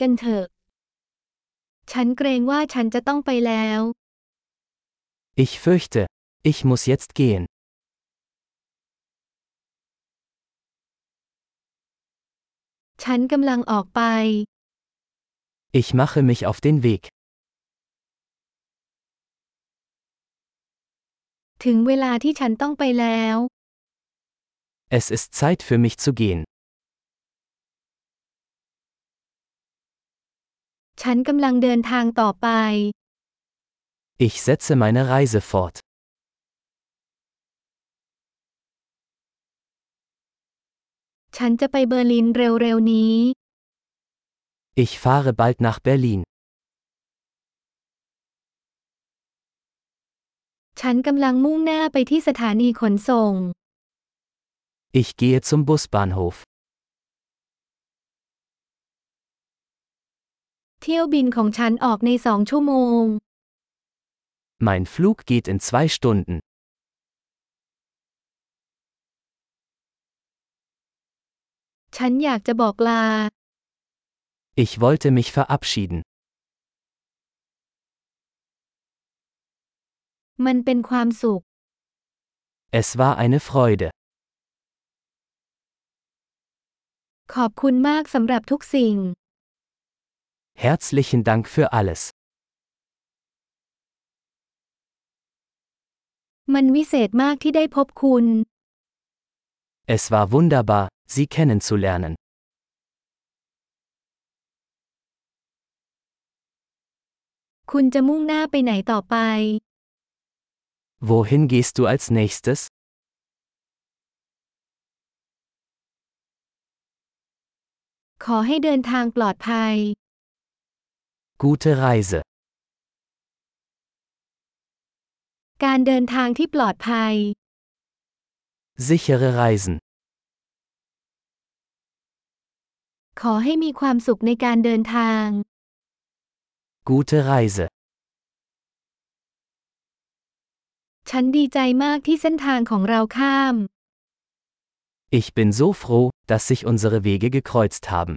กันเถอะ ฉันเกรงว่าฉันจะต้องไปแล้ว Ich fürchte, ich muss jetzt gehen. ฉันกำลังออกไป Ich mache mich auf den Weg. ถึงเวลาที่ฉันต้องไปแล้ว Es ist Zeit für mich zu gehen. ฉันกำลังเดินทางต่อไป Ich setze meine Reise fort. ฉันจะไปเบอร์ลินเร็วๆนี้ Ich fahre bald nach Berlin. ฉันกำลังมุ่งหน้าไปที่สถานีขนส่ง Ich gehe zum Busbahnhof. เที่ยวบินของฉันออกในสองชั่วโมง Mein Flug geht in zwei Stunden. ฉันอยากจะบอกลา Ich wollte mich verabschieden. มันเป็นความสุข Es war eine Freude. ขอบคุณมากสำหรับทุกสิ่ง Herzlichen Dank für alles. มันวิเศษมากที่ได้พบคุณ Es war wunderbar, Sie kennenzulernen. คุณจะมุ่งหน้าไปไหนต่อไป Wohin gehst du als nächstes? ขอให้เดินทางปลอดภัย Gute Reise. การเดินทางที่ปลอดภัย Sichere Reisen. ขอให้มีความสุขในการเดินทาง Gute Reise. ฉันดีใจมากที่เส้นทางของเราข้าม Ich bin so froh, dass sich unsere Wege gekreuzt haben.